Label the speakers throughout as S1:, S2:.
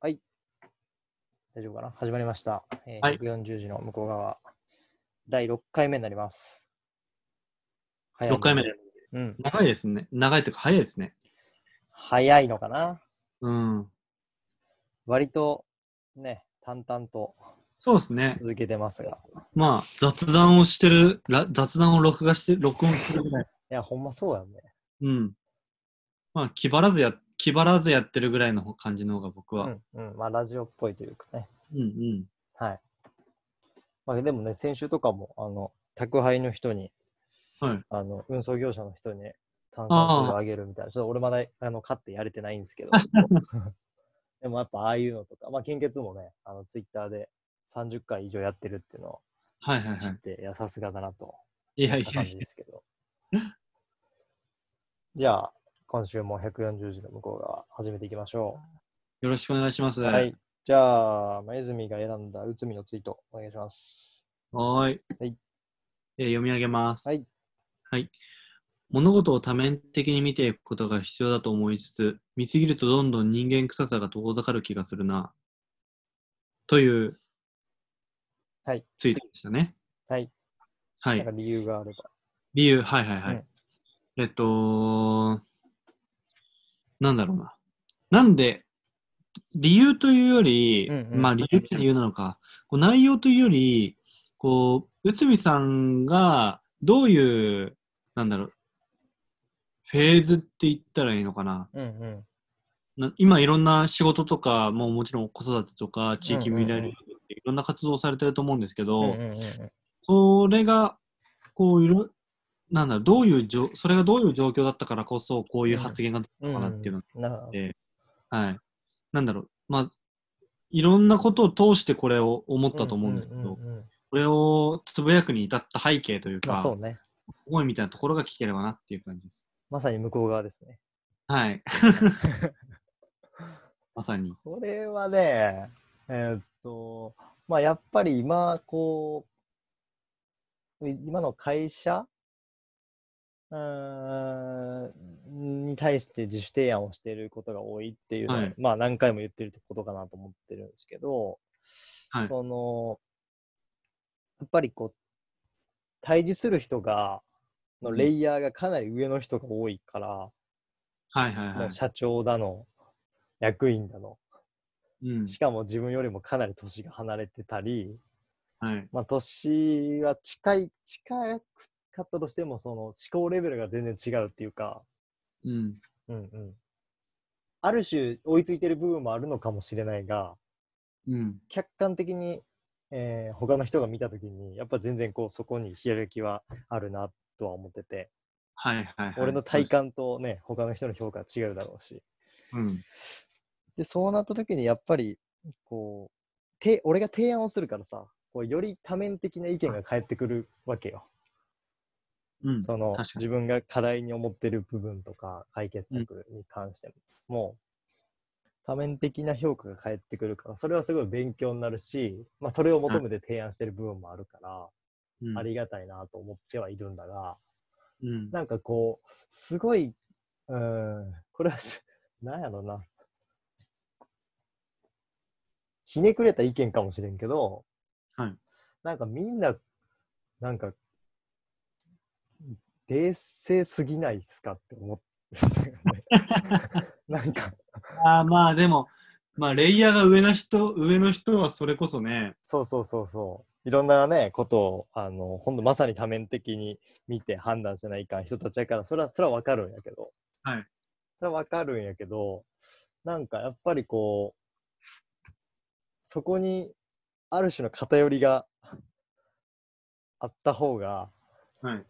S1: はい。大丈夫かな始まりました。えー
S2: はい
S1: 140字の向こう側、第6回目になります。
S2: 6回目。
S1: うん。
S2: 長いですね。長いというか早いですね。
S1: 早いのかな
S2: うん。
S1: 割と、ね、淡々と
S2: そうですね。
S1: 続けてますが。
S2: まあ、雑談をしてる、ら雑談を録画して、録音するぐらい。
S1: いや、ほんまそうやね。
S2: うん。まあ、気張らずや、気張らずやってるぐらいの感じの方が僕
S1: う
S2: は。
S1: ん。うん。まあ、ラジオっぽいというかね。
S2: うん、うん、
S1: はい。まあ、でもね、先週とかも、あの、宅配の人に、
S2: はい。
S1: あの、運送業者の人に炭酸水をあげるみたいな。ちょっと俺まだ、あの、買ってやれてないんですけど。 でもやっぱああいうのとか、まあ、献血もね、あの、ツイッターで30回以上やってるっていうのを
S2: はいはい
S1: 知っ
S2: は
S1: て、いや、さすがだなと、
S2: い。いやいや
S1: 感じ
S2: い
S1: ですけど。じゃあ、今週も140字の向こう側、始めていきましょ
S2: や、よろしくお願いします。
S1: う。はい。。じゃあ、まあ、泉が選んだ内海のツイート、お願いします。
S2: はーい。
S1: はい
S2: えー読み上げます。
S1: はい。
S2: はい。物事を多面的に見ていくことが必要だと思いつつ、見すぎるとどんどん人間臭さが遠ざかる気がするな。という、
S1: はい。
S2: ツイートでしたね。
S1: はい。
S2: は
S1: なん
S2: い
S1: か。理由があれば。
S2: 理由、はいはいはい。
S1: うん
S2: えっと、なんだろうな。なんで、理由というより、
S1: うんうん
S2: まあ理由って理由なのか、こう内容というより、こう、内海さんがどういう、なんだろう、フェーズって言ったらいいのかな。
S1: うんうん。
S2: な今いろんな仕事とか、もうもちろん子育てとか、地域未来
S1: うんうんうん
S2: っていろんな活動をされてると思うんですけど、
S1: うんうんうんうん
S2: それが、こう、いろ、なんだろう、どういうじょ、それがどういう状況だったからこそ、こういう発言が出たのかなっていうのが
S1: なる
S2: あ
S1: ほ
S2: っ
S1: ど。
S2: て、はい。なんだろう、まあ、いろんなことを通してこれを思ったと思うんですけど
S1: う、んうんうんうん
S2: これをつぶやくに至った背景という
S1: まあそう
S2: か、
S1: ね。
S2: 思いみたいなところが聞ければなっていう感じです。
S1: まさに向こう側ですね。
S2: はい。まさに。
S1: これはね、えーっと、まあやっぱり今、こう、い今の会社うーんに対して自主提案をしていることが多いっていうのは、
S2: はい
S1: まあ何回も言ってることかなと思ってるんですけど、
S2: はい
S1: その、やっぱりこう、対峙する人が、のレイヤーがかなり上の人が多いから、
S2: はいはいは
S1: も。
S2: いう
S1: 社長だの、役員だの、
S2: うん。
S1: しかも自分よりもかなり年が離れてたり、
S2: はい。
S1: まあ、年は近い、近かったとしても、その思考レベルが全然違うっていうか、
S2: うん。
S1: うんうん。ある種追いついてる部分もあるのかもしれないが、
S2: うん。
S1: 客観的に、えー他の人が見たときに、やっぱ全然こう、そこにひらきはあるなとは思ってて、
S2: はいはいはい。
S1: 俺の体感とね、他の人の評価は違うだろうし。
S2: そうです。
S1: で、そうなった時にやっぱり、こう、て俺が提案をするからさ、こうより多面的な意見が返ってくるわけよ。
S2: うん。うん。
S1: その
S2: 確かに
S1: 自分が課題に思ってる部分とか解決策に関しても、もう多面的な評価が返ってくるから、それはすごい勉強になるし、まあそれを求めて提案してる部分もあるから、
S2: うん
S1: ありがたいなと思ってはいるんだが、
S2: うん。
S1: なんかこう、すごい、うーん、これはし、なんやろな。ひねくれた意見かもしれんけど、
S2: はい
S1: なんかみんな、なんか、冷静すぎないっすかって思 って。なんか、
S2: あーまあでも、まあレイヤーが上の人、上の人はそれこそね、
S1: そうそうそうそう。いろんなね、ことを、あの、ほんとまさに多面的に見て判断しないかん人たちやから、それは、それはわかるんやけど。
S2: はい。
S1: それはわかるんやけど、なんかやっぱりこう、そこにある種の偏りがあった方が
S2: はい。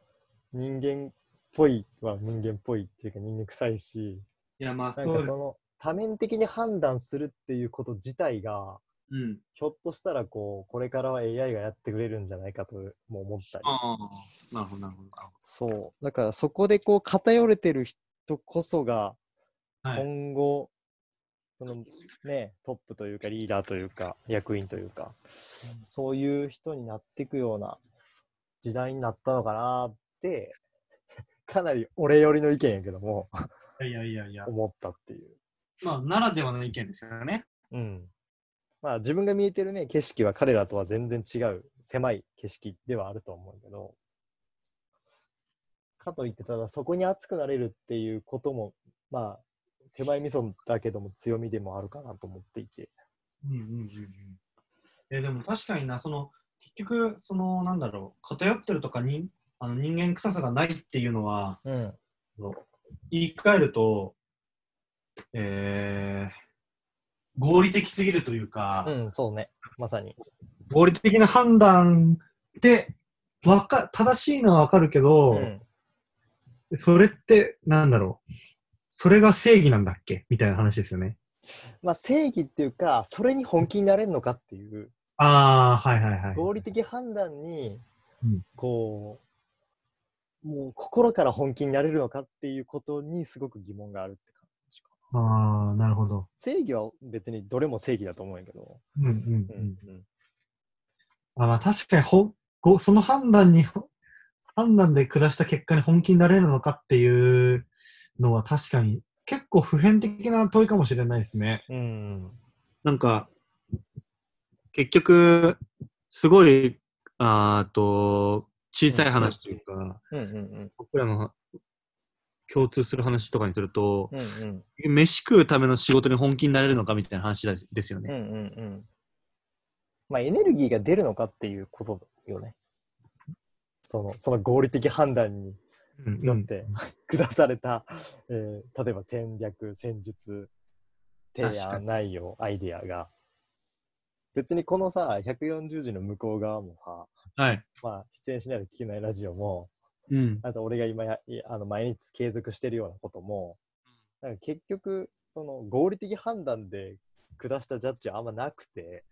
S1: 人間っぽいは人間っぽいっていうか人間臭いし、
S2: いやまあ
S1: な
S2: そ
S1: ん
S2: う
S1: か
S2: です。
S1: その多面的に判断するっていうこと自体が、
S2: うん。
S1: ひょっとしたらこう、これからは AI がやってくれるんじゃないかとも思ったり。
S2: ああ、なるほど、なるほど。
S1: そう。だからそこでこう偏れてる人こそが、
S2: はい。
S1: 今後、そのね、トップというかリーダーというか役員というか、そういう人になっていくような時代になったのかなって、 かなり俺寄りの意見やけども、
S2: いやいやいや。
S1: 思ったっていう。
S2: まあ、ならではの意見ですよね。
S1: うん。まあ自分が見えてるね、景色は彼らとは全然違う、狭い景色ではあると思うけど、かといってただそこに熱くなれるっていうことも、まあ、手前味噌だけども強みでもあるかなと思っていて。
S2: うんうんうんうんえでも確かにな、その結局、そのなんだろう、偏ってるとかにあの人間臭さがないっていうのは、
S1: うん。
S2: 言い換えると、えー、合理的すぎるというか、
S1: うん、そうね。まさに。
S2: 合理的な判断でわか正しいのはわかるけど、
S1: うん。
S2: それってなんだろう、それが正義なんだっけみたいな話ですよね。
S1: まあ正義っていうか、それに本気になれるのかっていう。
S2: ああ、はいはいはい。
S1: 合理的判断に
S2: うん、
S1: こう、もう心から本気になれるのかっていうことにすごく疑問があるって感じかな。
S2: ああ、なるほど。
S1: 正義は別にどれも正義だと思うんやけど。
S2: うんうんうん。
S1: うん
S2: あまあ、確かにほご、その判断に、ほ判断で下した結果に本気になれるのかっていうのは確かに結構普遍的な問いかもしれないですね。
S1: うん。
S2: なんか、結局、すごい、あーと、小さい話というか、
S1: うんうん
S2: 僕らの共通する話とかにすると、
S1: うん。うんうん。
S2: 飯食うための仕事に本気になれるのかみたいな話だですよ
S1: うんう
S2: ね。
S1: んうん。まあ、エネルギーが出るのかっていうことよね。その、その合理的判断に
S2: うんう
S1: よっ
S2: ん
S1: て 下された、えー例えば戦略、戦術、提
S2: 確か
S1: 案、内容、アイディアが。別にこのさ、140字の向こう側もさ、
S2: はい。
S1: まあ、出演しないと聞けないラジオも、
S2: うん。
S1: あと俺が今やいあの毎日継続してるようなことも、なんか結局、その合理的判断で下したジャッジはあんまなくて、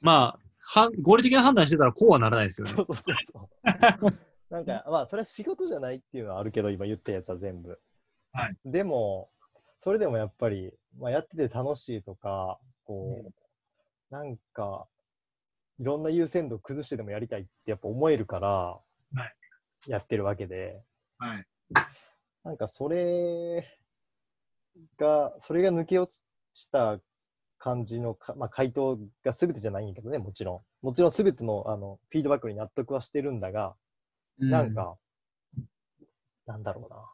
S2: まあ、は合理的な判断してたらこうはならないですよね
S1: そ。うそうそうそう。なんか、まあ、それは仕事じゃないっていうのはあるけど、今言ったやつは全部。
S2: はい
S1: でも、それでもやっぱり、まあ、やってて楽しいとか、こう、なんか、いろんな優先度崩してでもやりたいってやっぱ思えるから
S2: は、
S1: やってるわけで、
S2: はい。
S1: なんかそれが、それが抜け落ちた感じのか、まあ、回答が全てじゃないんやけどね、もちろん。もちろん全てのあのフィードバックに納得はしてるんだが、なんか、なんだろうな。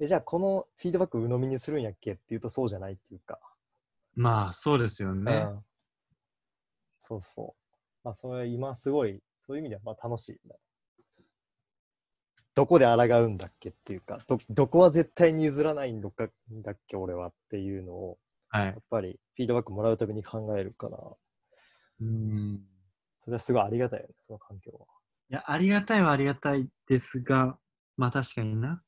S1: え、じゃあこのフィードバック鵜呑みにするんやっけっていうとそうじゃないっていうか。
S2: うん。まあ、そうですよね。
S1: うんそうそう。まあそれ今すごい、そういう意味ではまあ楽しい、ね。どこで抗うんだっけっていうか、ど、どこは絶対に譲らないんだっかんだっけ俺はっていうのを、
S2: はい
S1: やっ。ぱりフィードバックもらうたびに考えるから、
S2: うん。
S1: それはすごいありがたいよね、その環境は。
S2: いや、ありがたいはありがたいですが、まあ確かにな。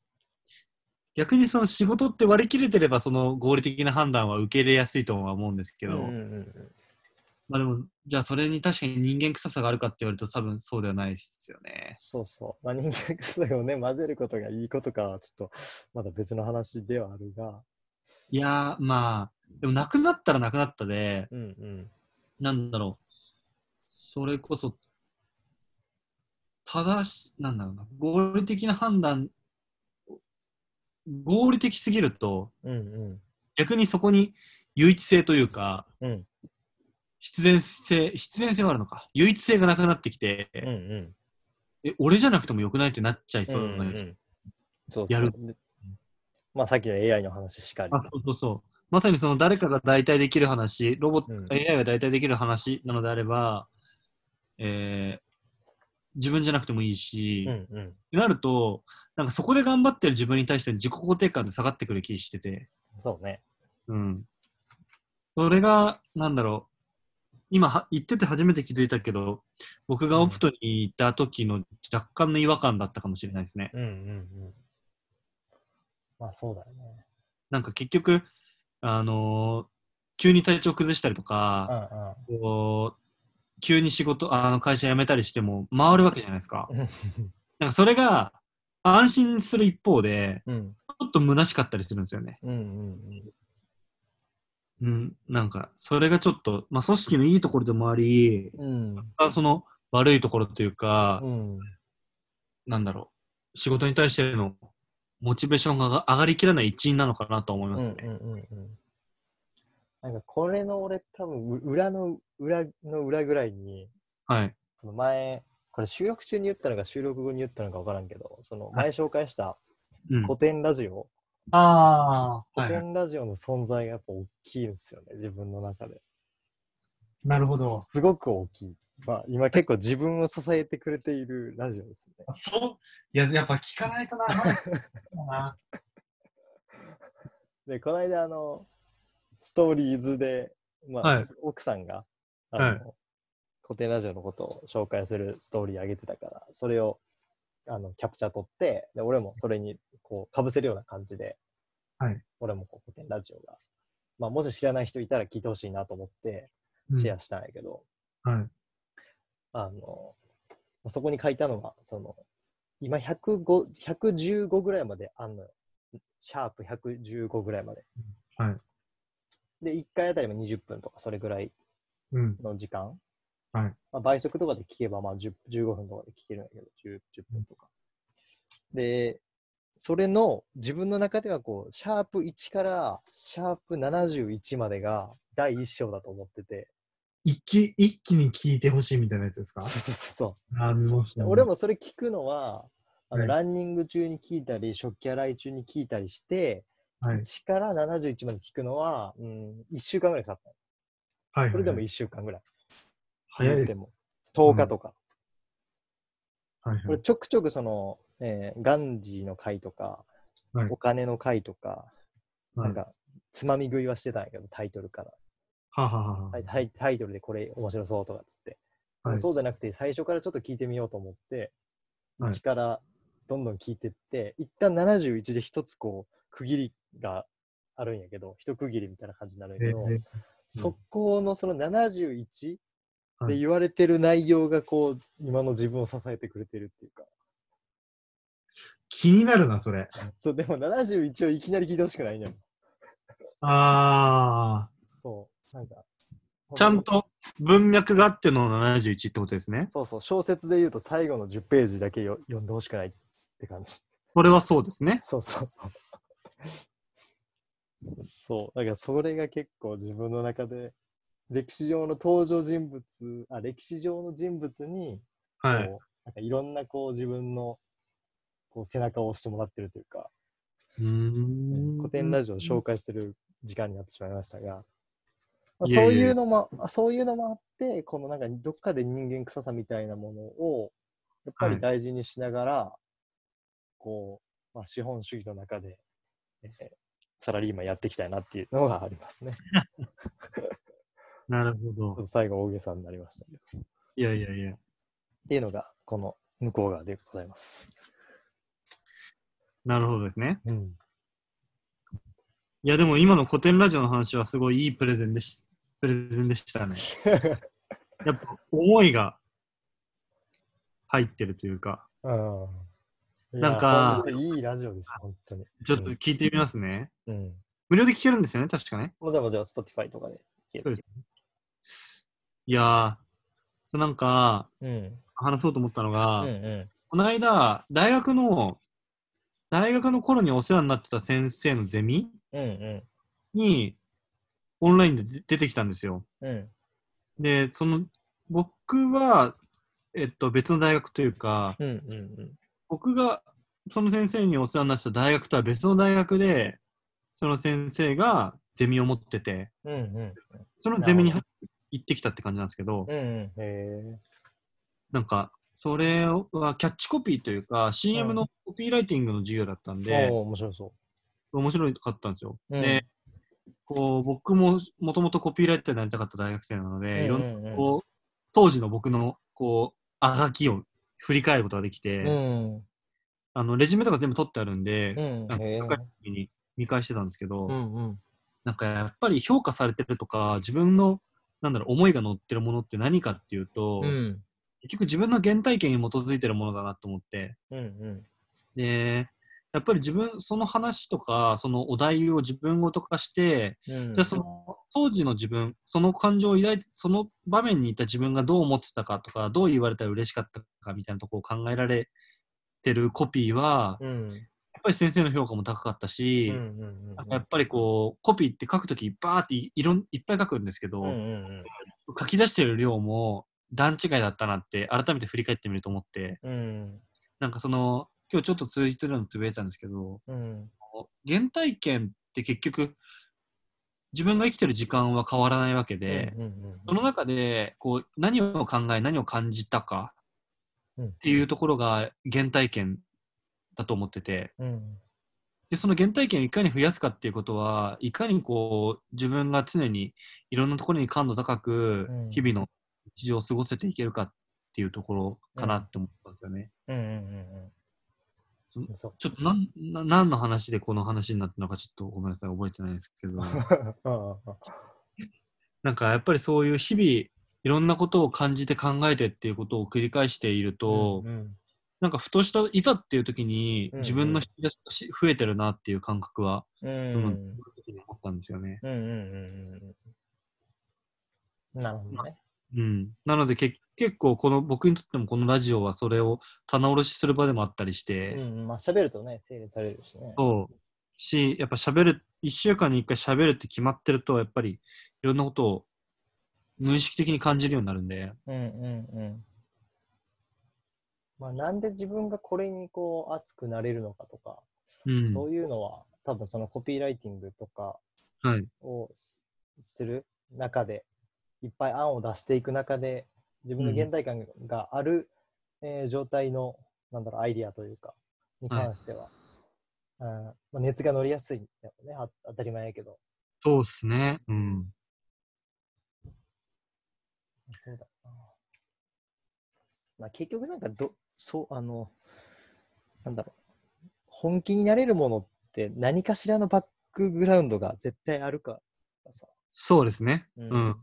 S2: 逆にその仕事って割り切れてれば、その合理的な判断は受け入れやすいとは思うんですけ
S1: う
S2: ど、
S1: んうんうん
S2: まあでも、じゃあそれに確かに人間臭さがあるかって言われると多分そうではないですよね。
S1: そうそう。まあ、人間臭いをね、混ぜることがいいことかは、ちょっと、まだ別の話ではあるが、
S2: いやー、まあ、でもなくなったらなくなったで、
S1: うんうん。
S2: なんだろう、それこそ、正し、なんだろうな、合理的な判断、合理的すぎると、
S1: うんうん。
S2: 逆にそこに唯一性というか、
S1: うん
S2: 必然性、必然性はあるのか、唯一性がなくなってきて、
S1: うんうん。
S2: え、俺じゃなくてもよくないってなっちゃいそうな、
S1: んんそう
S2: やる
S1: そうでまあさっきの AI の話しかり。
S2: あそうそうそう。まさにその誰かが代替できる話、ロボット、
S1: うん
S2: AI が代替できる話なのであれば、えー自分じゃなくてもいいし、
S1: う
S2: っ
S1: んうん。
S2: てなると、なんかそこで頑張ってる自分に対して自己肯定感で下がってくる気してて、
S1: そうね。
S2: うん。それが、なんだろう。今は、言ってて初めて気づいたけど、僕がオプトに行った時の若干の違和感だったかもしれないですね。
S1: うんうんうん。まあそうだよね。
S2: なんか結局、あのー急に体調崩したりとか、こう急に仕事、あの会社辞めたりしても回るわけじゃないですか
S1: うん。うん。
S2: なんかそれが安心する一方で、
S1: うん
S2: ちょっと虚しかったりするんですよね。
S1: うんうん
S2: うん、なんか、それがちょっと、まあ、組織のいいところでもあり、
S1: うん。
S2: あその悪いところというか、
S1: うん。
S2: なんだろう、仕事に対してのモチベーションが上がりきらない一因なのかなと思い
S1: うんう
S2: ま
S1: ん
S2: すね。
S1: うんうんなんかこれの俺多分う裏の裏の裏ぐらいに
S2: はい。
S1: その前これ収録中に言ったのか収録後に言ったのか分からんけどその前紹介した
S2: うん、
S1: 古典ラジオ、
S2: ああ、は
S1: 古
S2: い、はい。
S1: 典ラジオの存在がやっぱ大きいですよね自分の中で
S3: なるほど。
S1: すごく大きいまあ今結構自分を支えてくれているラジオですね
S3: そういや、やっぱ聞かないと な。まだ聞かないとな
S1: でこの間あのストーリーズで、まあ
S2: はい
S1: 奥さんがあの、
S2: はい
S1: 古典ラジオのことを紹介するストーリー上げてたからそれをあのキャプチャー撮ってで俺もそれにこうかぶせるような感じで、
S3: はい
S1: 俺もこう古典ラジオが、まあ、もし知らない人いたら聞いてほしいなと思って
S3: うん
S1: シェアしたんやけど、
S3: はい。
S1: あの、そこに書いたのは、その、今105 115ぐらいまであんのよ。シャープ115ぐらいまで。
S3: はい。
S1: で、1回あたりも20分とか、それぐらい
S3: うん。
S1: の時間。
S3: はい
S1: まあ、倍速とかで聞けば、まあ、10 15分とかで聞けるんだけど、10, 10分とか。で、それの自分の中ではこう、シャープ1からシャープ71までが第一章だと思ってて、
S3: 一気、一気に聞いてほしいみたいなやつですか
S1: そうそうそうそう。
S3: あ見まし
S1: で
S3: た。
S1: 俺もそれ聞くのは、あ
S3: は
S1: の
S3: い
S1: ランニング中に聞いたり、食器洗い中に聞いたりして、
S3: はい。
S1: 1から71まで聞くのは、うん、1週間ぐらいかかっ
S3: はい。
S1: た。それでも
S3: いい。
S1: 1週間ぐらい。
S3: 早い
S1: 言
S3: です
S1: って。も。10日とか。
S3: はいは
S1: 俺
S3: い。
S1: ちょくちょくその、えーガンジーの回とか、
S3: はい
S1: お金の回とか、
S3: は
S1: ないんか、つまみ食いはしてたんやけど、タイトルから。
S3: はあはあはあは
S1: タイタイタイトルでこれ面白そうとかっつって、
S3: あはい。
S1: そうじゃなくて最初からちょっと聞いてみようと思って、
S3: はい
S1: 1からどんどん聞いてって、一旦71で一つこう区切りがあるんやけど一区切りみたいな感じになるん
S3: え
S1: やけど、
S3: ー
S1: そこのその71
S3: は
S1: で
S3: い
S1: 言われてる内容がこう今の自分を支えてくれてるっていうか
S3: 気になるな、それ。
S1: そうでも71をいきなり聞いてほしくないのよ
S3: あ
S1: そうなんか
S2: ちゃんと文脈があっての71ってことですね。
S1: そうそう小説で言うと最後の10ページだけよ読んでほしくないって感じ
S2: これはそうですね。
S1: そうそうそう。そう。だからそれが結構自分の中で、歴史上の登場人物、あ、歴史上の人物に、こう、
S2: はい。
S1: なんかいろんなこう自分の、こう背中を押してもらってるというか、
S2: うーん
S1: 古典ラジオを紹介する時間になってしまいましたが、まあ、
S2: いえいえ
S1: そういうのも、あそういうのもあって、このなんかどっかで人間臭さみたいなものを、やっぱ
S2: は
S1: り
S2: い
S1: 大事にしながら、こう、まあ、資本主義の中で、えーサラリーマンやっていきたいなっていうのがありますね。ち
S2: なる
S1: ょ
S2: ほ
S1: っ
S2: ど。
S1: と最後大げさになりましたけど。っ
S2: いやいやいや。
S1: ていうのが、この向こう側でございます。
S2: なるほどですね。
S1: うん。
S2: いや、でも今の古典ラジオの話はすごいいいプレゼンでしプレゼンでし たね。やっぱ思いが入ってるというか、
S1: うん。
S2: なんか
S1: いや本当にいいラジオです、本当に。
S2: ちょっと聞いてみますね。
S1: うん。
S2: 無料で聞けるんですよね、確かね。
S1: もうでもじゃあ、Spotify とかで聞ける。
S2: いやー、そうなんか、
S1: うん。
S2: 話そうと思ったの
S1: う
S2: が、
S1: んうん。
S2: この間、大学の、大学の頃にお世話になってた先生のゼミ
S1: うんう
S2: に、オンラインで出出てきたんですよ。
S1: ん。うん。
S2: で、その、僕は、えっと、別の大学というか、
S1: うんうん
S2: 僕が、その先生にお世話になってた大学とは別の大学で、その先生がゼミを持ってて、
S1: うん。うんうん。
S2: そのゼミに入行ってきたって感じなんですけど、
S1: うんうん。へ
S2: なんか、それはキャッチコピーというか、CM のコピーライティングの授業だったんで
S1: え。、おお、面白そ
S2: 面白かったんですよ。
S1: うん
S2: でこう僕ももともとコピーライターになりたかった大学生なの
S1: う。
S2: で、
S1: え
S2: い
S1: え
S2: ろんなこう当時の僕のこうあがきを振り返ることができて、
S1: うん。
S2: あのレジュメとか全部取ってあるんで、
S1: うん
S2: なん。か
S1: へえ
S2: 社会的に見返してたんですけど、
S1: うんうん。
S2: なんかやっぱり評価されてるとか自分のなんだろう思いが乗ってるものって何かっていうと、
S1: うん。
S2: 結局自分の原体験に基づいてるものだなと思って、
S1: うんうん。
S2: で、やっぱり自分、その話とか、そのお題を自分ごと化して、
S1: うん
S2: じゃあその当時の自分、その感情を抱いて、その場面にいた自分がどう思ってたかとか、どう言われたら嬉しかったかみたいなところを考えられてるコピーは、
S1: うん。
S2: やっぱり先生の評価も高かったし、
S1: うんうん
S2: なんかやっぱりこう、コピーって書くとき、バーっていろんいっぱい書くんですけど、
S1: うんうん
S2: 書き出してる量も段違いだったなって、改めて振り返ってみると思って、
S1: うんうん
S2: なんかその、今日ちょっと通じてるのと言えたんですけど、
S1: うん
S2: 原体験って結局、自分が生きてる時間は変わらないわけで、
S1: うんうん
S2: その中でこう何を考え何を感じたか
S1: うん
S2: っていうところが原体験だと思ってて
S1: うん
S2: でその原体験をいかに増やすかっていうことはいかにこう自分が常にいろんなところに感度高く
S1: うん
S2: 日々の日常を過ごせていけるかっていうところかなって思ったんですよね。
S1: うんうんうんうんそう
S2: ちょっとなんな何の話でこの話になったのかちょっとごめんなさい覚えてないですけど
S1: ああ
S2: なんかやっぱりそういう日々いろんなことを感じて考えてっていうことを繰り返していると、
S1: うんうん
S2: なんかふとしたいざっていう時に
S1: うんうん
S2: 自分の引き出しがし増えてるなっていう感覚は、
S1: うん
S2: その時に思ったんですよね。
S1: うんうんうんうんなるほどね。
S2: うん、なのでけ結構この僕にとってもこのラジオはそれを棚卸しする場でもあったりし
S1: う
S2: て、
S1: ん、まあ喋るとね、整理されるしね。
S2: そうしやっぱ喋る1週間に1回喋るって決まってるとやっぱりいろんなことを無意識的に感じるようになるんで、
S1: うんうんうん。まあなんで自分がこれにこう熱くなれるのかとか、
S2: うん、
S1: そういうのは多分そのコピーライティングとか
S2: はい、
S1: をすする中で、いっぱい案を出していく中で、自分の現代感がある、えー状態の、なんだろう、アイディアというか、に関しては、うんまあ、熱が乗りやすいんだよね、あ当たり前やけど。
S2: そうっすね。うん
S1: そうだな。まあ結局なんかど、そう、あの、なんだろう。本気になれるものって何かしらのバックグラウンドが絶対あるからさ。
S2: そうですね。
S1: う
S2: うん。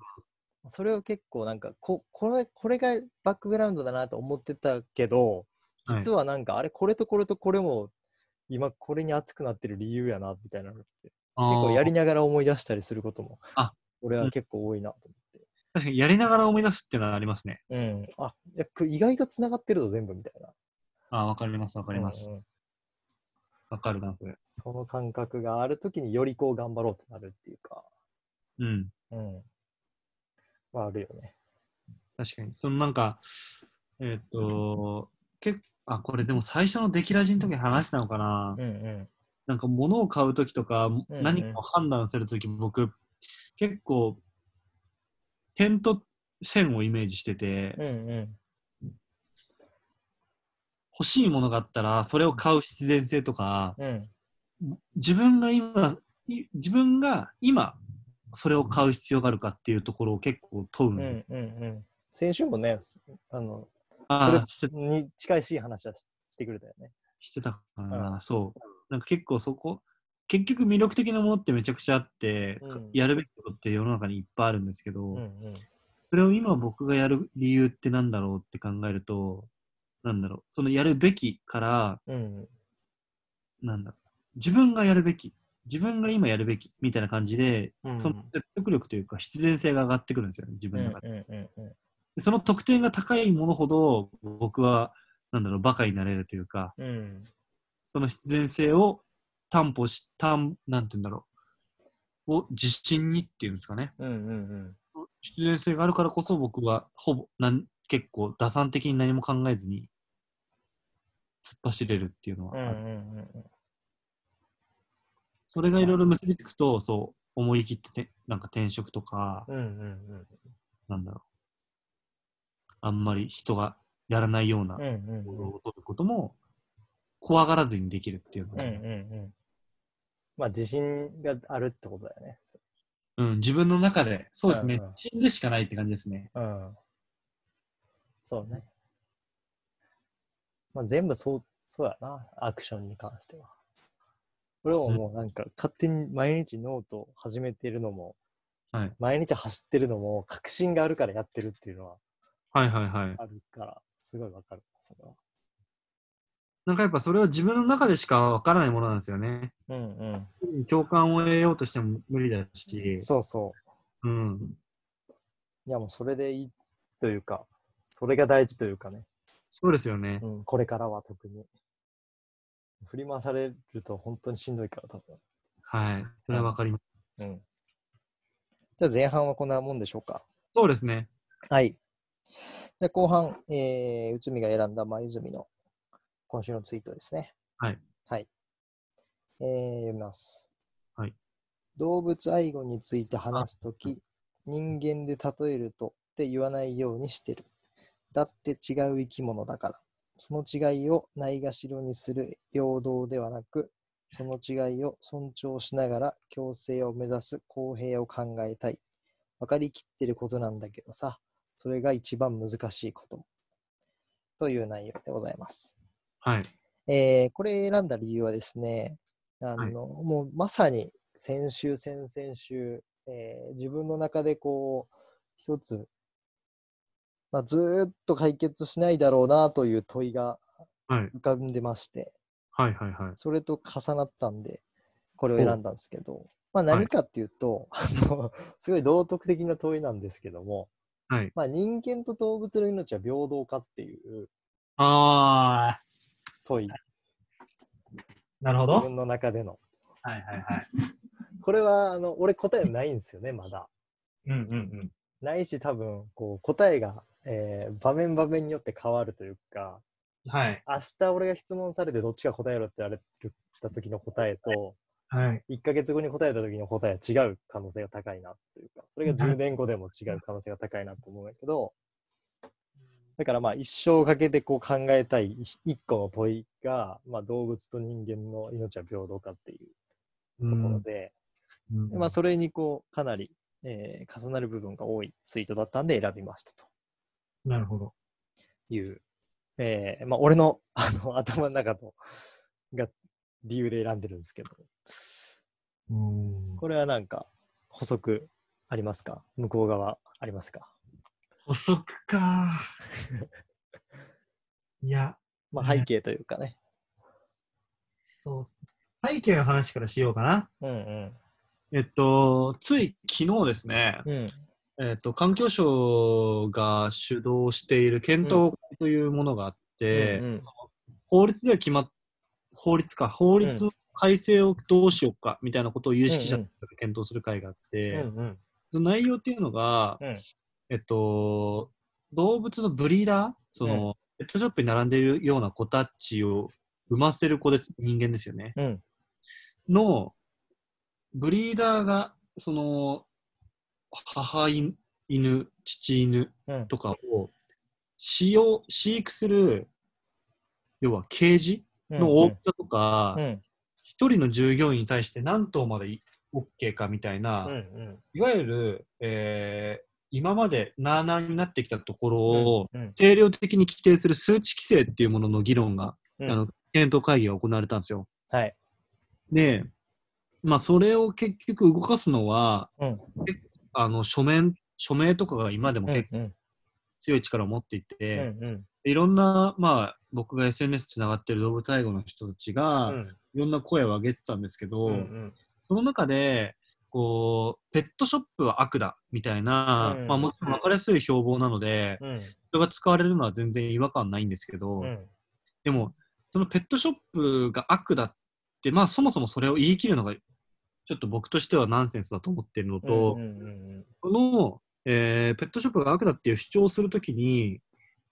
S1: それを結構なんかこ、これ、これがバックグラウンドだなと思ってたけど、
S2: はい
S1: 実はなんか、あれ、これとこれとこれも、今これに熱くなってる理由やな、みたいなのって、結
S2: あー
S1: 構やりながら思い出したりすることも
S2: あ、
S1: 俺は結構多いなと思って。
S2: 確 かにやりながら思い出すっていうのはありますね。
S1: うん。あ、いやこれ意外と繋がってるぞ、全部みたいな。
S2: あーわかりますわかります。
S1: うんうん
S2: わかるな、それ。
S1: その感覚があるときによりこう頑張ろうってなるっていうか、
S2: うん。
S1: うん。はあるよね。
S2: 確かに。そのなんか、えーっ、と、結あ、これでも最初の出来ラジの時に話したのかな。
S1: うん
S2: なんか物を買う時とか、
S1: うん
S2: 何かを判断する時僕、結構、点と線をイメージしてて、
S1: うん。うんうん。
S2: 欲しいものがあったら、それを買う必然性とか、
S1: うん。
S2: 自分が今、い自分が今、それを買う必要があるかっていうところを結構問うん
S1: うん
S2: です。
S1: うんうん。先週もね、すあの、それ
S2: ああ、して
S1: に近いしい話はししてくれたよね。
S2: してたからな、そう。なんか結構そこ、結局魅力的なものってめちゃくちゃあって、か
S1: うん
S2: やるべきことって世の中にいっぱいあるんですけど、
S1: うん
S2: それを今僕がやる理由ってなんだろうって考えると、なんだろう、そのやるべきから、
S1: うん。うん。
S2: なんだろう、自分がやるべき、自分が今やるべきみたいな感じで、
S1: うん
S2: その説得力というか必然性が上がってくるんですよね、自
S1: う
S2: 分
S1: ん
S2: の
S1: う
S2: 中で。
S1: んうんうん。
S2: でその得点が高いものほど、僕は、なんだろう、バカになれるというか、
S1: うん
S2: その必然性を担保し、担、なんて言うんだろう。を自信にっていうんですかね。
S1: うんうん
S2: 必然性があるからこそ僕は、ほぼ、なん結構、打算的に何も考えずに、突っ走れるっていうの
S1: うんう
S2: はあ
S1: ん
S2: る、
S1: うん
S2: それがいろいろ結びつくと、そう、思い切ってて、なんか転職とか、
S1: うんうん
S2: なんだろう。あんまり人がやらないような
S1: うんうんうん
S2: 行動を取ることも、怖がらずにできるっていうの
S1: うんう
S2: は、
S1: んうんまあ自信があるってことだよね。
S2: うん、自分の中で、そうですね
S1: うんうん、
S2: 死んでしかないって感じですね。
S1: うん。そうね。まあ、全部そう、そうやな、アクションに関しては。俺ももうなんか勝手に毎日ノートを始めてるのも、
S2: はい
S1: 毎日走ってるのも確信があるからやってるっていうのは
S2: はいはいはい。
S1: あるから、すごいわかる。それは
S2: なんかやっぱそれは自分の中でしかわからないものなんですよね。
S1: うん
S2: 共感を得ようとしても無理だ
S1: う
S2: し
S1: ん。、そうそ
S2: うん。
S1: う。いやもうそれでいいというか、それが大事というかね。
S2: そうですよね
S1: う。ん、これからは特に。振り回されると本当にしんどいから、多分。
S2: はい。それはわかります。
S1: うん。じゃあ前半はこんなもんでしょうか。
S2: そうですね。
S1: はい。じゃあ後半、えー、内海が選んだ前泉の今週のツイートですね。
S2: はい。
S1: はい。えー、読みます。
S2: はい。
S1: 動物愛護について話すとき、人間で例えるとって言わないようにしてる。だって違う生き物だから。その違いをないがしろにする平等ではなく、その違いを尊重しながら共生を目指す公平を考えたい。分かりきってることなんだけどさ、それが一番難しいこと。という内容でございます。
S2: はい。
S1: えーこれ選んだ理由はですね、あの、
S2: はい
S1: もうまさに先週、先々週、えー自分の中でこう、一つ、まあ、ずーっと解決しないだろうなという問いが
S2: はい。
S1: 浮かんでまして、
S2: はい。はい。はい。
S1: それと重なったんで、これを選んだんですけど、まあ何かっていうと、あのすごい道徳的な問いなんですけども、
S2: はい。
S1: まあ、人間と動物の命は平等かっていう
S2: ああ、
S1: 問い、
S3: なるほど。は
S1: 自
S3: い
S1: 分の中での。
S2: はいはいはい。
S1: これは、あの、俺答えないんです よね、まだ。
S2: うんうん
S1: ないし、多分、こう、答えが、えー場面場面によって変わるというか、
S3: うん。はい。
S1: 明日俺が質問されてどっちが答えろって言われた時の答えと、
S3: はい。
S1: 1ヶ月後に答えた時の答えは違う可能性が高いなというか、それが10年後でも違う可能性が高いなと思うんだけど、だからまあ一生かけてこう考えたい一個の問いが、まあ動物と人間の命は平等かっていう
S3: う
S1: ところ
S3: ん。
S1: で、
S3: うん
S1: でまあ、それにこうかなり、えー重なる部分が多いツイートだったんで選びましたと
S3: なるほど。
S1: いう、えーまあ、俺のあの頭の中のが理由で選んでるんですけど、
S3: うん。
S1: これはなんか補足ありますか向こう側ありますか
S3: 補足 か。いや、
S1: まあ背景というかね。
S3: そう。背景の話からしようかな。
S1: うん
S2: えっと、つい昨日ですね、
S1: うん。うん。
S2: えっと、環境省が主導している検討会というものがあって、
S1: うんうん
S2: 法律では決まっ、法律か、法律の改正をどうしようかみたいなことを有識者
S1: うん
S2: と
S1: うん
S2: 検討する会があって、
S1: うんうん。
S2: その内容っていうのが、
S1: うん
S2: えっと、動物のブリーダー、その、ペットショップに並んでいるような子たちを産ませる子です、人間ですよね。
S1: うん
S2: の、ブリーダーが、その、母犬、犬父犬
S1: うん
S2: とかを使用、飼育する、要はケージの大きさとか
S1: う、ん
S2: 一、人の従業員に対して何頭までい OK かみたいな、
S1: うんうん。
S2: いわゆる、えー今までなあなあになってきたところを
S1: うん
S2: 定量的に規定する数値規制っていうものの議論が、
S1: うん
S2: あの検討会議が行われたんですよ。
S1: はい。
S2: で、まあ、それを結局動かすのは、
S1: うん
S2: あの書面署名とかが今でも
S1: うん
S2: 結構
S1: うん
S2: 強い力を持っていうて、
S1: ん
S2: いろんな、まあ、僕が SNS つながってる動物愛護の人たち
S1: う
S2: が、
S1: ん
S2: いろんな声を上げてたんですけど、
S1: うんうん
S2: その中で、こう、ペットショップは悪だ、みたいな、
S1: うん
S2: まあもちろん分かりやすい標榜なので、
S1: うん
S2: 人が使われるのは全然違和感ないんですけど、
S1: うん
S2: でも、そのペットショップが悪だって、まあそもそもそれを言い切るのが、ちょっと僕としてはナンセンスだと思ってるのと、
S1: うんうん
S2: この、えーペットショップが悪だっていう主張をするときに、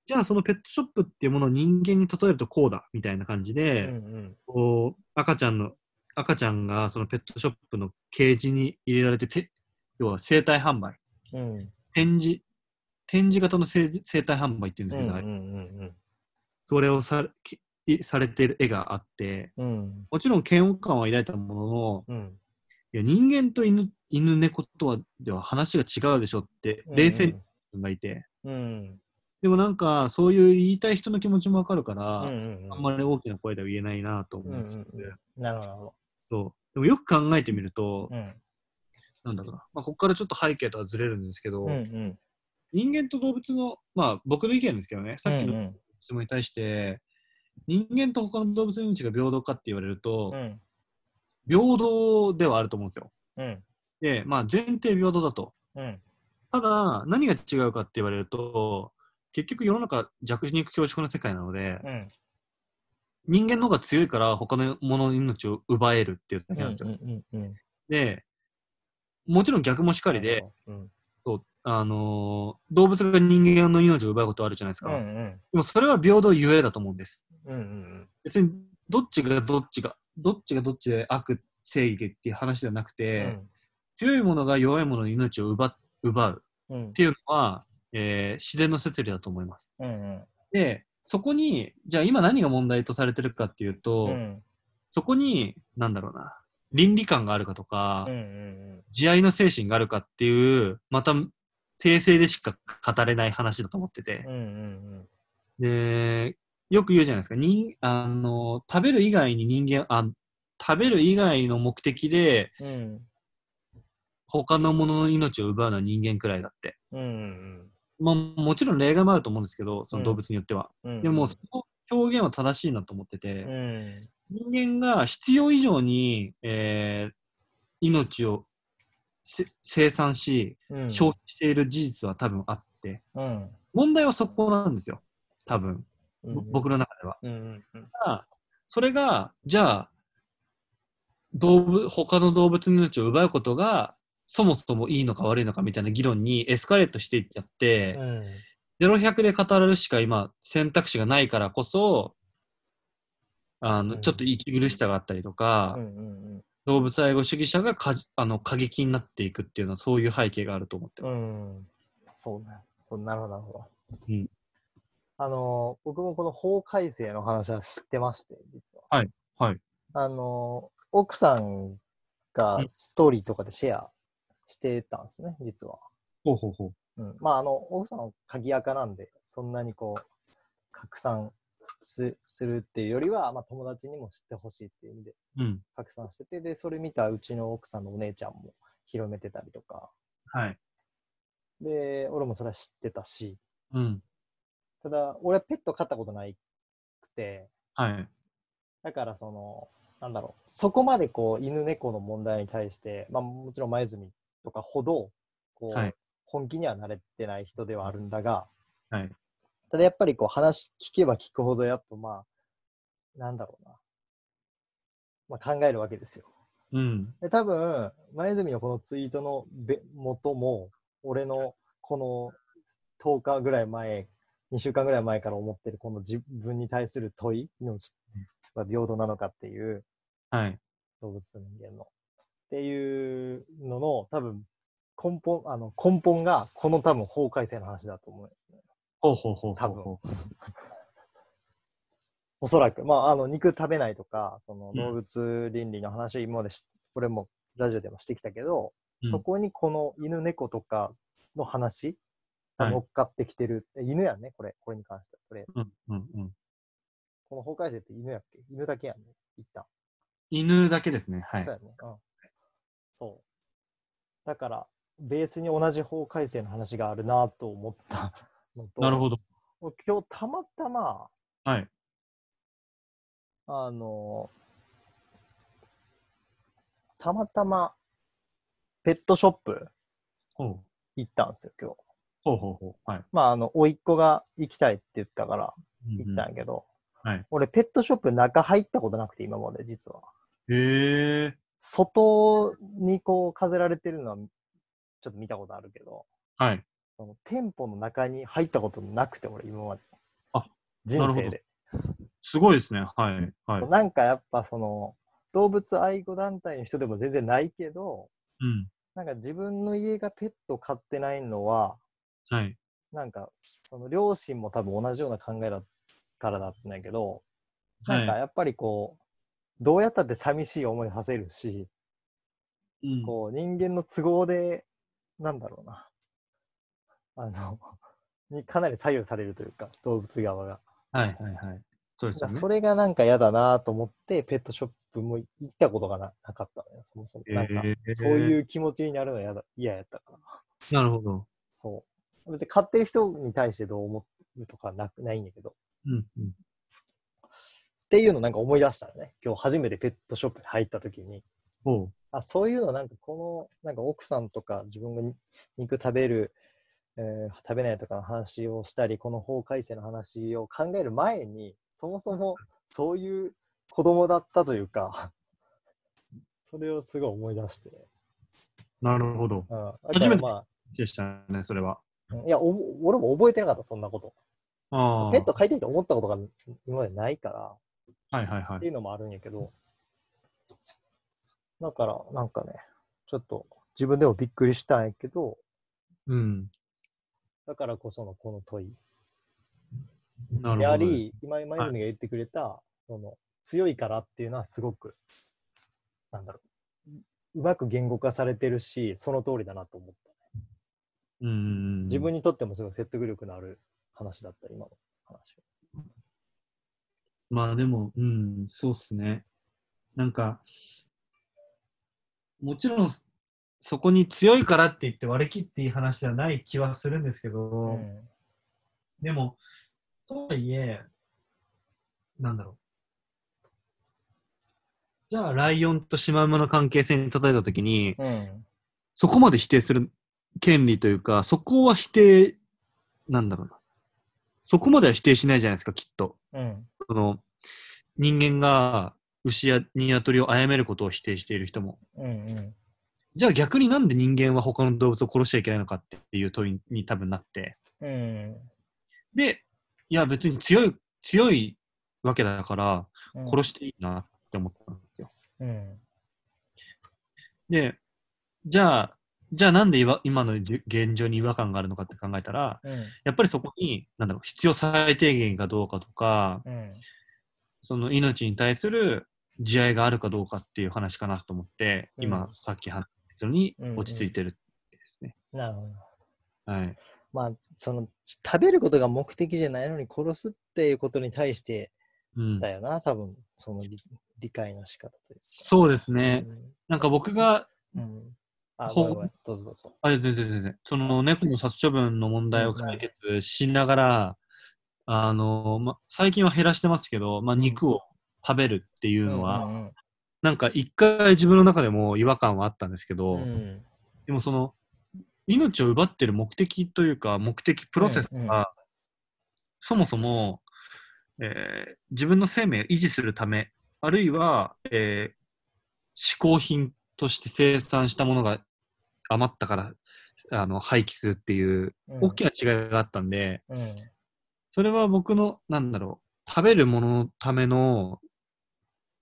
S2: じゃあそのペットショップっていうものを人間に例えるとこうだ、みたいな感じ
S1: う
S2: で、
S1: んうん
S2: こう赤ちゃんの赤ちゃんがそのペットショップのケージに入れられてて要は生体販売
S1: うん
S2: 展示展示型の生生体販売っていうんですけど、
S1: うん
S2: それをさきいされてる絵があって
S1: うんうん
S2: もちろん嫌悪感は抱いたものの
S1: うん
S2: いや人間と犬犬猫とはでは話が違うでしょって冷静に考えて、
S1: うん
S2: でもなんかそういう言いたい人の気持ちもわかるから、
S1: うんうん
S2: あんまり大きな声では言えないなと思うんですけど、
S1: うんうんなるほ
S2: そうでもよく考えてみると、
S1: ど。うん
S2: なんだろうな、まあ、ここからちょっと背景とはずれるんですけど、
S1: うんうん
S2: 人間と動物の、まあ、僕の意見ですけどね、さっきの質問に対して、人間と他の動物の命が平等かって言われると、
S1: うん
S2: 平等ではあると思うんですよ。
S1: うん
S2: で、まあ、前提平等だと。
S1: うん
S2: ただ、何が違うかって言われると、結局世の中弱肉強食の世界なので、
S1: うん
S2: 人間の方が強いから他のものの命を奪えるっていうだけなんですよ。
S1: んうんうん。
S2: で、もちろん逆もしかりで、、
S1: うん
S2: そうあのー動物が人間の命を奪うことはあるじゃないです
S1: う
S2: か。
S1: んうん
S2: でもそれは平等ゆえだと思うんです。
S1: うんうん
S2: 別にどっちがどっちが、どっちがどっちで悪、正義っていう話ではなく
S1: う
S2: て、
S1: ん
S2: 強いものが弱いものの命を奪奪う
S1: うんうん
S2: っていうのは、えー自然の摂理だと思います。
S1: うん
S2: で、そこに、じゃあ今何が問題とされてるかっていうと、
S1: うん
S2: そこに、なんだろうな、倫理観があるかとか、
S1: うんうん
S2: 慈愛の精神があるかっていう、また、訂正でしか語れない話だと思ってて
S1: う。ん
S2: で、よく言うじゃないですか。人、あの、食べる以外に人間、あ食べる以外の目的で、
S1: うんうん
S2: 他のものの命を奪うのは人間くらいだって。
S1: うんうん
S2: まあ、もちろん例外もあると思うんですけど、その動物によっては。
S1: うん
S2: でも、その表現は正しいなと思ってて、
S1: うん
S2: 人間が必要以上に、えー命をせ生産し、
S1: うん
S2: 消費している事実は多分あって、
S1: うん
S2: 問題はそこなんですよ。多分、
S1: うん
S2: ぼ僕の中では。
S1: うんうんうん
S2: ただ、それが、じゃあ、動物、他の動物の命を奪うことが、そもそもいいのか悪いのかみたいな議論にエスカレートしていっちゃって、
S1: うん
S2: ゼロ百で語られるしか今選択肢がないからこそ、あの、
S3: うん
S2: ちょっと息苦しさがあったりとか、
S1: うんうん
S2: 動物愛護主義者がかじあの過激になっていくっていうのはそういう背景があると思って
S1: う
S2: ます。
S1: んそうねそうなるほどなるほど
S2: うん
S1: あの僕もこの法改正の話は知ってまして実は
S2: はいはい
S1: あの奥さんがストーリーとかでシェアしてたんですね実は
S2: ほうほうほう。
S1: うん、まあ、あの、奥さんは鍵垢なんで、そんなにこう、拡散すするっていうよりは、まあ、友達にも知ってほしいっていう意味で
S2: うん。
S1: 拡散してて、で、それ見たうちの奥さんのお姉ちゃんも広めてたりとか、
S2: はい。
S1: で、俺もそれは知ってたし、
S2: うん。
S1: ただ、俺はペット飼ったことないくて、
S2: はい。
S1: だからその、なんだろう、そこまでこう、犬猫の問題に対して、まあ、もちろん前住とかほど、こう、
S2: はい
S1: 本気には慣れてない人ではあるんだが、
S2: はい。
S1: ただやっぱりこう話聞けば聞くほどやっぱまあなんだろうな、まあ、考えるわけですよ。
S2: うん。
S1: で多分前泉のこのツイートのべ元も俺のこの10日ぐらい前2週間ぐらい前から思ってるこの自分に対する問い命は平等なのかっていう
S2: はい。
S1: 動物と人間のっていうのの多分根本あの根本がこの多分法改正の話だと思う。
S2: ほうほうほうほ
S1: 多
S2: う
S1: 分
S2: ほう。
S1: おそらく、まあ、あの肉食べないとかその
S2: うん
S1: 動物倫理の話を今までし、俺もラジオでもしてきたけど、
S2: うん
S1: そこにこの犬猫とかの話が
S2: はい
S1: 乗っかってきてる、え犬やんねこれこれに関してはこれ
S2: うん。うん。うん。
S1: この法改正って犬やっけ犬だけやんね一旦、
S2: 犬だけですね。はい
S1: そう。やねうんそうだからベースに同じ法改正の話があるなと思ったのと
S2: なるほど。
S1: ど今日たまたま
S2: はい。
S1: あの、たまたま、ペットショップ
S2: ほう。
S1: 行ったんですよ、今日。
S2: ほうほうほう。はい。
S1: まあ、あの、甥っ子が行きたいって言ったから
S2: うん
S1: 行ったんやけど、
S2: はい
S1: 俺、ペットショップ中入ったことなくて、今まで、実は。
S2: へえ。
S1: 外にこう、飾られてるのは、ちょっと見たことあるけど、
S2: はい。
S1: その店舗の中に入ったことなくて、俺、今まで。
S2: あ
S1: 人
S2: なるほ
S1: 生
S2: ど
S1: で。
S2: すごいですね。はい。はい
S1: そう。なんかやっぱ、その、動物愛護団体の人でも全然ないけど、
S2: うん。
S1: なんか自分の家がペット飼ってないのは、
S2: はい。
S1: なんかその両親も多分同じような考えだからだったんだけど、
S2: はい。
S1: なんかやっぱりこう、どうやったって寂しい思いさせるし、
S2: うん
S1: こう人間の都合で、なんだろうな、あの、にかなり左右されるというか、動物側が。
S2: はい。はい。はい。そうです
S1: だから
S2: よね
S1: そ。れがなんか嫌だなと思って、ペットショップも行ったことがななかったのよ、そもそも。なんか、そう
S2: う。
S1: いう気持ちになるの嫌だ嫌やったから。
S2: なるほど。
S1: そう。別に買ってる人に対してどう思うとかなくないんだけど。っ
S2: うん。うん。
S1: ていうのなんか思い出したのね。今日初めてペットショップに入った時に。
S2: ほう。
S1: あ、そういうのなんかこの、なんか奥さんとか自分がに肉食べる、えー食べないとかの話をしたり、この法改正の話を考える前に、そもそもそういう子供だったというか、それをすごい思い出して。
S2: なるほど。
S1: うん、
S2: 初めて
S1: だからま
S2: でしたね、それは。
S1: あ、いやお、俺も覚えてなかった、そんなこと。
S2: ああ。
S1: ペット飼いたいと思ったことが今までないから、
S2: はいはいは
S1: って
S2: い。
S1: いうのもあるんやけど、だから、なんかね、ちょっと自分でもびっくりしたんやけど、
S2: うん。
S1: だからこそのこの問い。
S2: なるほどです。
S1: やはり、今、今泉が言ってくれた、その強いからっていうのはすごく、なんだろう、ううまく言語化されてるし、その通りだなと思った。
S2: うんうんうん。
S1: 自分にとってもすごい説得力のある話だった、今の話は。
S2: まあでも、うん、そうっすね。なんか、もちろん、そこに強いからって言って割り切っていい話ではない気はするんですけど、
S1: うん
S2: でも、とはいえ、なんだろう。じゃあ、ライオンとシマウマの関係性に叩いたときに、
S1: うん。
S2: そこまで否定する権利というか、そこは否定、なんだろうな。そこまでは否定しないじゃないですか、きっと。
S1: うん。
S2: その、人間が牛や鶏を殺めることを否定している人も。
S1: うん。うん。
S2: じゃあ逆になんで人間は他の動物を殺しちゃいけないのかっていう問いに多分なって。
S1: うん。
S2: で、いや別に強い、強いわけだから、
S1: うん
S2: 殺していいなって思ったんですよ。
S1: うん。
S2: で、じゃあ、じゃあなんで今今のじ現状に違和感があるのかって考えたら、
S1: うん。
S2: やっぱりそこに、なんだろう、必要最低限かどうかとか、
S1: うん。
S2: その命に対する慈愛があるかどうかっていう話かなと思って、
S1: うん
S2: 今、さっき話したのに
S1: うんうん
S2: 落ち着いてるですね。
S1: なるほど。
S2: はい。
S1: まあ、その、食べることが目的じゃないのに殺すっていうことに対して
S2: うん
S1: だよな、多分、その理理解の仕方という
S2: そうです
S1: か。
S2: ね。なんか僕が、
S1: うん。うん。あ、
S2: ほ
S1: ごめんごめんどうぞどうぞ。
S2: あれ、全然全然、その猫の殺処分の問題を解決しながら、あの、ま、最近は減らしてますけど、まあ、
S1: ん
S2: 肉を食べるっていうの
S1: う
S2: は、
S1: ん
S2: なんか一回自分の中でも違和感はあったんですけ
S1: う
S2: ど、
S1: んうん。
S2: でもその命を奪ってる目的というか目的プロセス
S1: う
S2: が、
S1: んうん
S2: そもそも、えー自分の生命を維持するためあるいは、えー、嗜好品として生産したものが余ったからあの廃棄するっていう
S1: うん
S2: 大きな違いがあったんで、
S1: うん。
S2: それは僕のなんだろう食べるもののための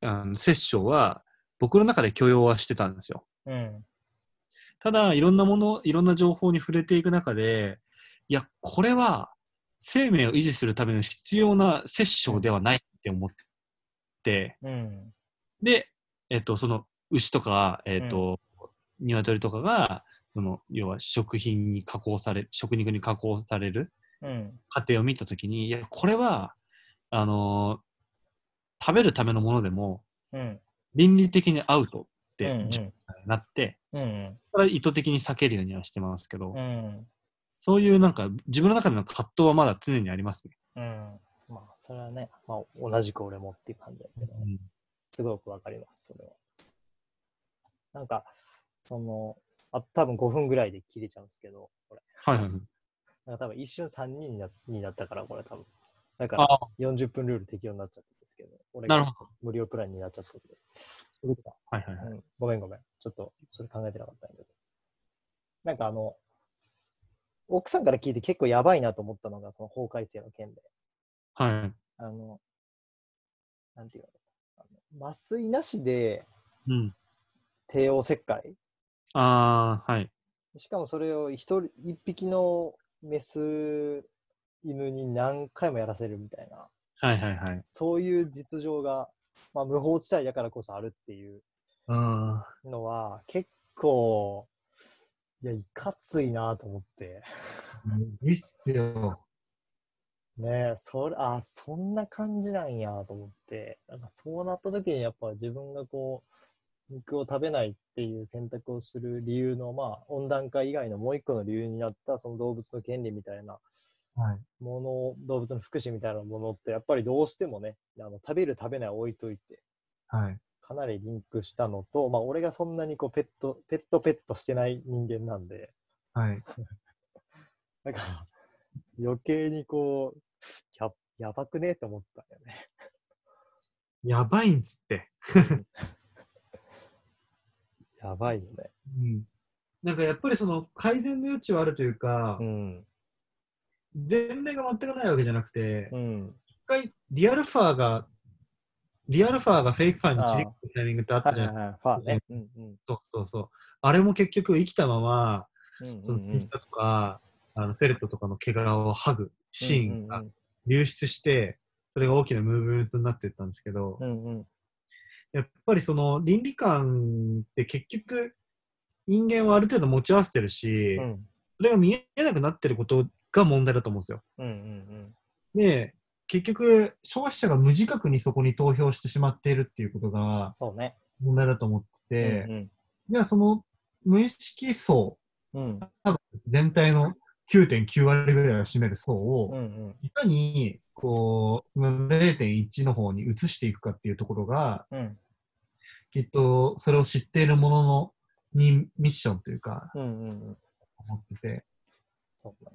S2: あの摂取は僕の中で許容はしてたんですよ。
S1: うん。
S2: ただ、いろんなもの、いろんな情報に触れていく中で、いや、これは生命を維持するための必要な摂取ではないって思って、
S1: うん。
S2: で、えっと、その牛とか、えっと、鶏とかが、その、要は食品に加工され、食肉に加工される
S1: うん。
S2: 過程を見たときに、いや、これは、あのー食べるためのものでも、
S1: うん。
S2: 倫理的にアウトっ
S1: うん。う
S2: て
S1: ん
S2: なって、
S1: うん。
S2: それは意図的に避けるようにはしてますけど、
S1: うん。
S2: そういうなんか自分の中での葛藤はまだ常にありますね。
S1: うん。まあ、それはね、まあ、同じく俺もっていう感じだけど。すごくわかります、それは。なんか、その、あ多分5分ぐらいで切れちゃうんですけど、これ。
S2: はいはいはい。
S1: なんか多分一瞬3人になになったから、これ多分。だから
S2: あ
S1: 40分ルール適用になっちゃったんですけど、俺
S2: なる
S1: が
S2: ほ
S1: 無料プランになっちゃったんで。そういうことか。
S2: ど。はいはいはい。
S1: うん、ごめんごめん。ちょっとそれ考えてなかったんだけど。なんかあの、奥さんから聞いて結構やばいなと思ったのが、その法改正の件で。
S2: はい。
S1: あの、なんていうのあの麻酔なしで
S2: うん。
S1: 帝王切開
S2: ああ、はい。
S1: しかもそれを一人一匹のメス犬に何回もやらせるみたいな、
S2: はいはいはい。
S1: そういう実情が、まあ、無法地帯だからこそあるっていう
S2: うん。
S1: のは、結構、いや、いかついなと思って。
S3: いいっすよ。
S1: ねえ、それ、あ、そんな感じなんやと思って、なんかそうなった時にやっぱ自分がこう、肉を食べないっていう選択をする理由の、まあ、温暖化以外のもう一個の理由になった、その動物の権利みたいな
S3: はい。
S1: もの、動物の福祉みたいなものって、やっぱりどうしてもね、あの食べる食べない置いといて、
S3: はい。
S1: かなりリンクしたのと、まあ、俺がそんなにこうペット、ペットペットしてない人間なんで、
S3: はい。
S1: だから、余計にこう、ややばくねって思ったよね。
S2: やばいんですって。
S1: やばいよね。
S2: うん。なんかやっぱりその改善の余地はあるというか
S1: う、ん。
S2: 前例が全くないわけじゃなくて、
S1: うん。
S2: 一回リアルファーが、リアルファーがフェイクファーに
S1: ああ
S2: 切り替わるタイミングってあった
S1: はい
S2: じゃ
S1: は
S2: な
S1: い
S2: いですか。
S1: はい。ファーね。うんうん
S2: そうそうそう。あれも結局生きたまま、
S1: うん
S2: そうの
S1: んう
S2: ピ
S1: ん
S2: ッタとか、あのフェルトとかの怪我を剥ぐシーンが流出して、それが大きなムーブメントになっていったんですけど、
S1: うんうん。
S2: やっぱりその倫理観って結局人間はある程度持ち合わせてるし、
S1: うん
S2: それが見えなくなってることが問題だと思うんですよ。
S1: うんうん
S2: で、結局消費者が無自覚にそこに投票してしまっているっていうことが
S1: そうね。
S2: 問題だと思って
S1: う
S2: て、
S1: ん
S2: じゃあその無意識層、
S1: うん
S2: 全体の9.9割ぐらいを占める層を、
S1: うんうん
S2: いかに、こう、その0.1の方に移していくかっていうところが、
S1: うん
S2: きっと、それを知っているものの、にミッションというか、
S1: うんうんうん。
S2: 思ってて、
S1: そうね。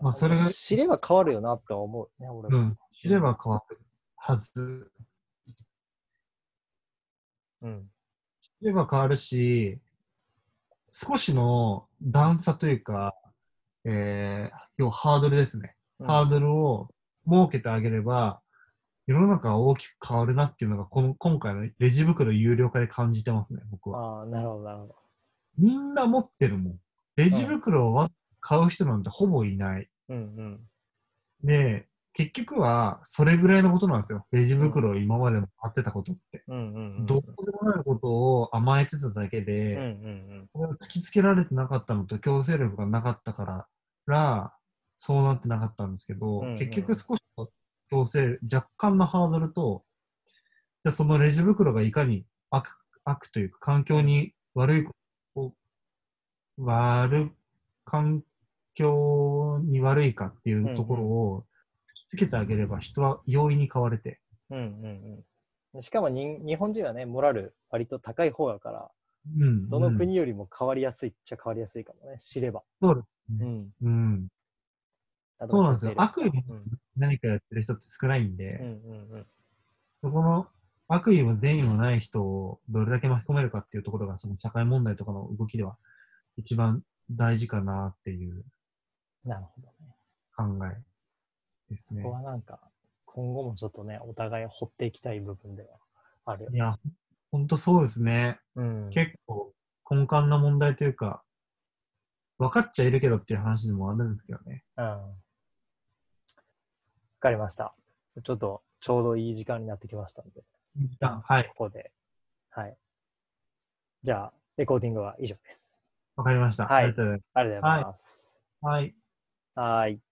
S2: まあそれが
S1: 知れば変わるよなって思うね、俺
S2: う
S1: も。
S2: ん、知れば変わるはず、
S1: うん。
S2: 知れば変わるし、少しの段差というか、えー、要はハードルですね。ハードルを設けてあげれば、世の中は大きく変わるなっていうのが、この、今回のレジ袋有料化で感じてますね、僕は。
S1: ああ、なるほど、なるほど。
S2: みんな持ってるもん。レジ袋を買う人なんてほぼいない。
S1: うん
S2: で、結局はそれぐらいのことなんですよ。レジ袋を今までも買ってたことって。
S1: うん。うんうんうん。
S2: どうでもないことを甘えてただけ
S1: うんう
S2: で、
S1: ん
S2: それを突きつけられてなかったのと強制力がなかったからら、そうなってなかったんですけど、
S1: うんうん
S2: 結局少しの強制、若干のハードルと、じゃあそのレジ袋がいかに悪、悪というか環境に悪いこと、悪、環境に悪いかっていうところを突きつけてあげれば人は容易に変われて、
S1: うん。うんうんうん。しかもに日本人はね、モラル割と高い方だから、
S2: うん。
S1: どの国よりも変わりやすいっちゃ変わりやすいかもね、知れば。
S2: そうですね
S1: ん。
S2: うん、うん。そうなんですよ。悪意も
S1: うん
S2: 何かやってる人って少ないんで、
S1: うんうんうん。
S2: そこの悪意も善意もない人をどれだけ巻き込めるかっていうところが、その社会問題とかの動きでは一番大事かなっていう
S1: なるほどね。
S2: 考えです
S1: こ
S2: ね
S1: こ。はなんか、今後もちょっとね、お互い掘っていきたい部分ではあるよ
S2: い
S1: ね。
S2: や、ほんとそうですね。
S1: うん
S2: 結構根幹な問題というか、分かっちゃいるけどっていう話でもあるんですけどね。
S1: うん。わかりました。ちょっと、ちょうどいい時間になってきましたんで、
S2: 一旦、はい、
S1: ここで。はい。じゃあ、レコーディングは以上です。
S2: わかりました。
S1: はい
S2: ありがとうござい
S1: ありがとうございます。
S2: ます。はい。
S1: はーい。